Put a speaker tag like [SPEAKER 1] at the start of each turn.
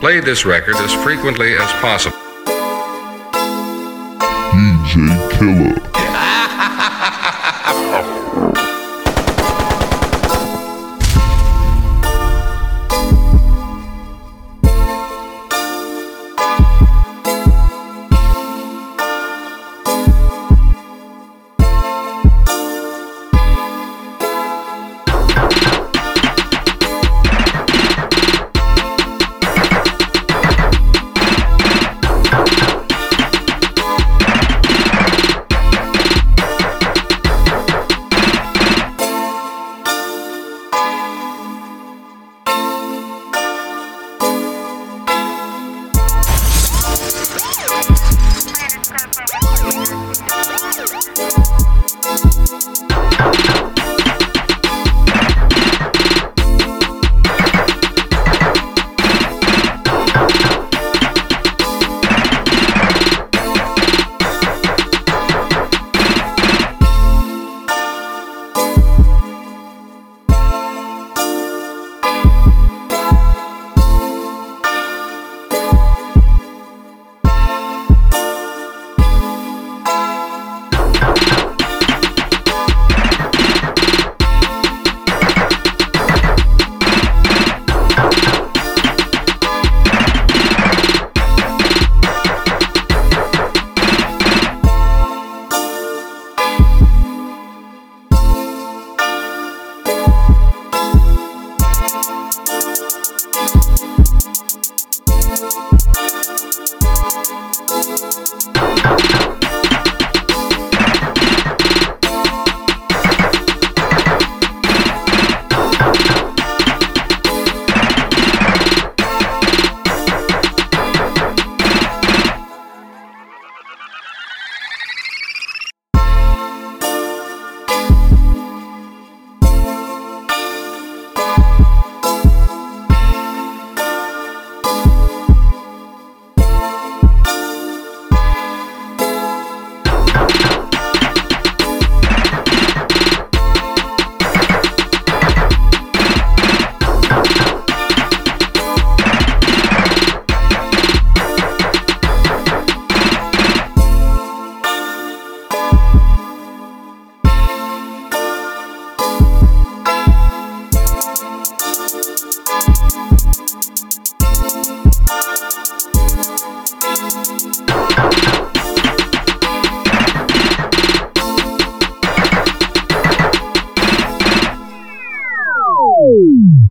[SPEAKER 1] Play this record as frequently as possible.
[SPEAKER 2] DJ Killer.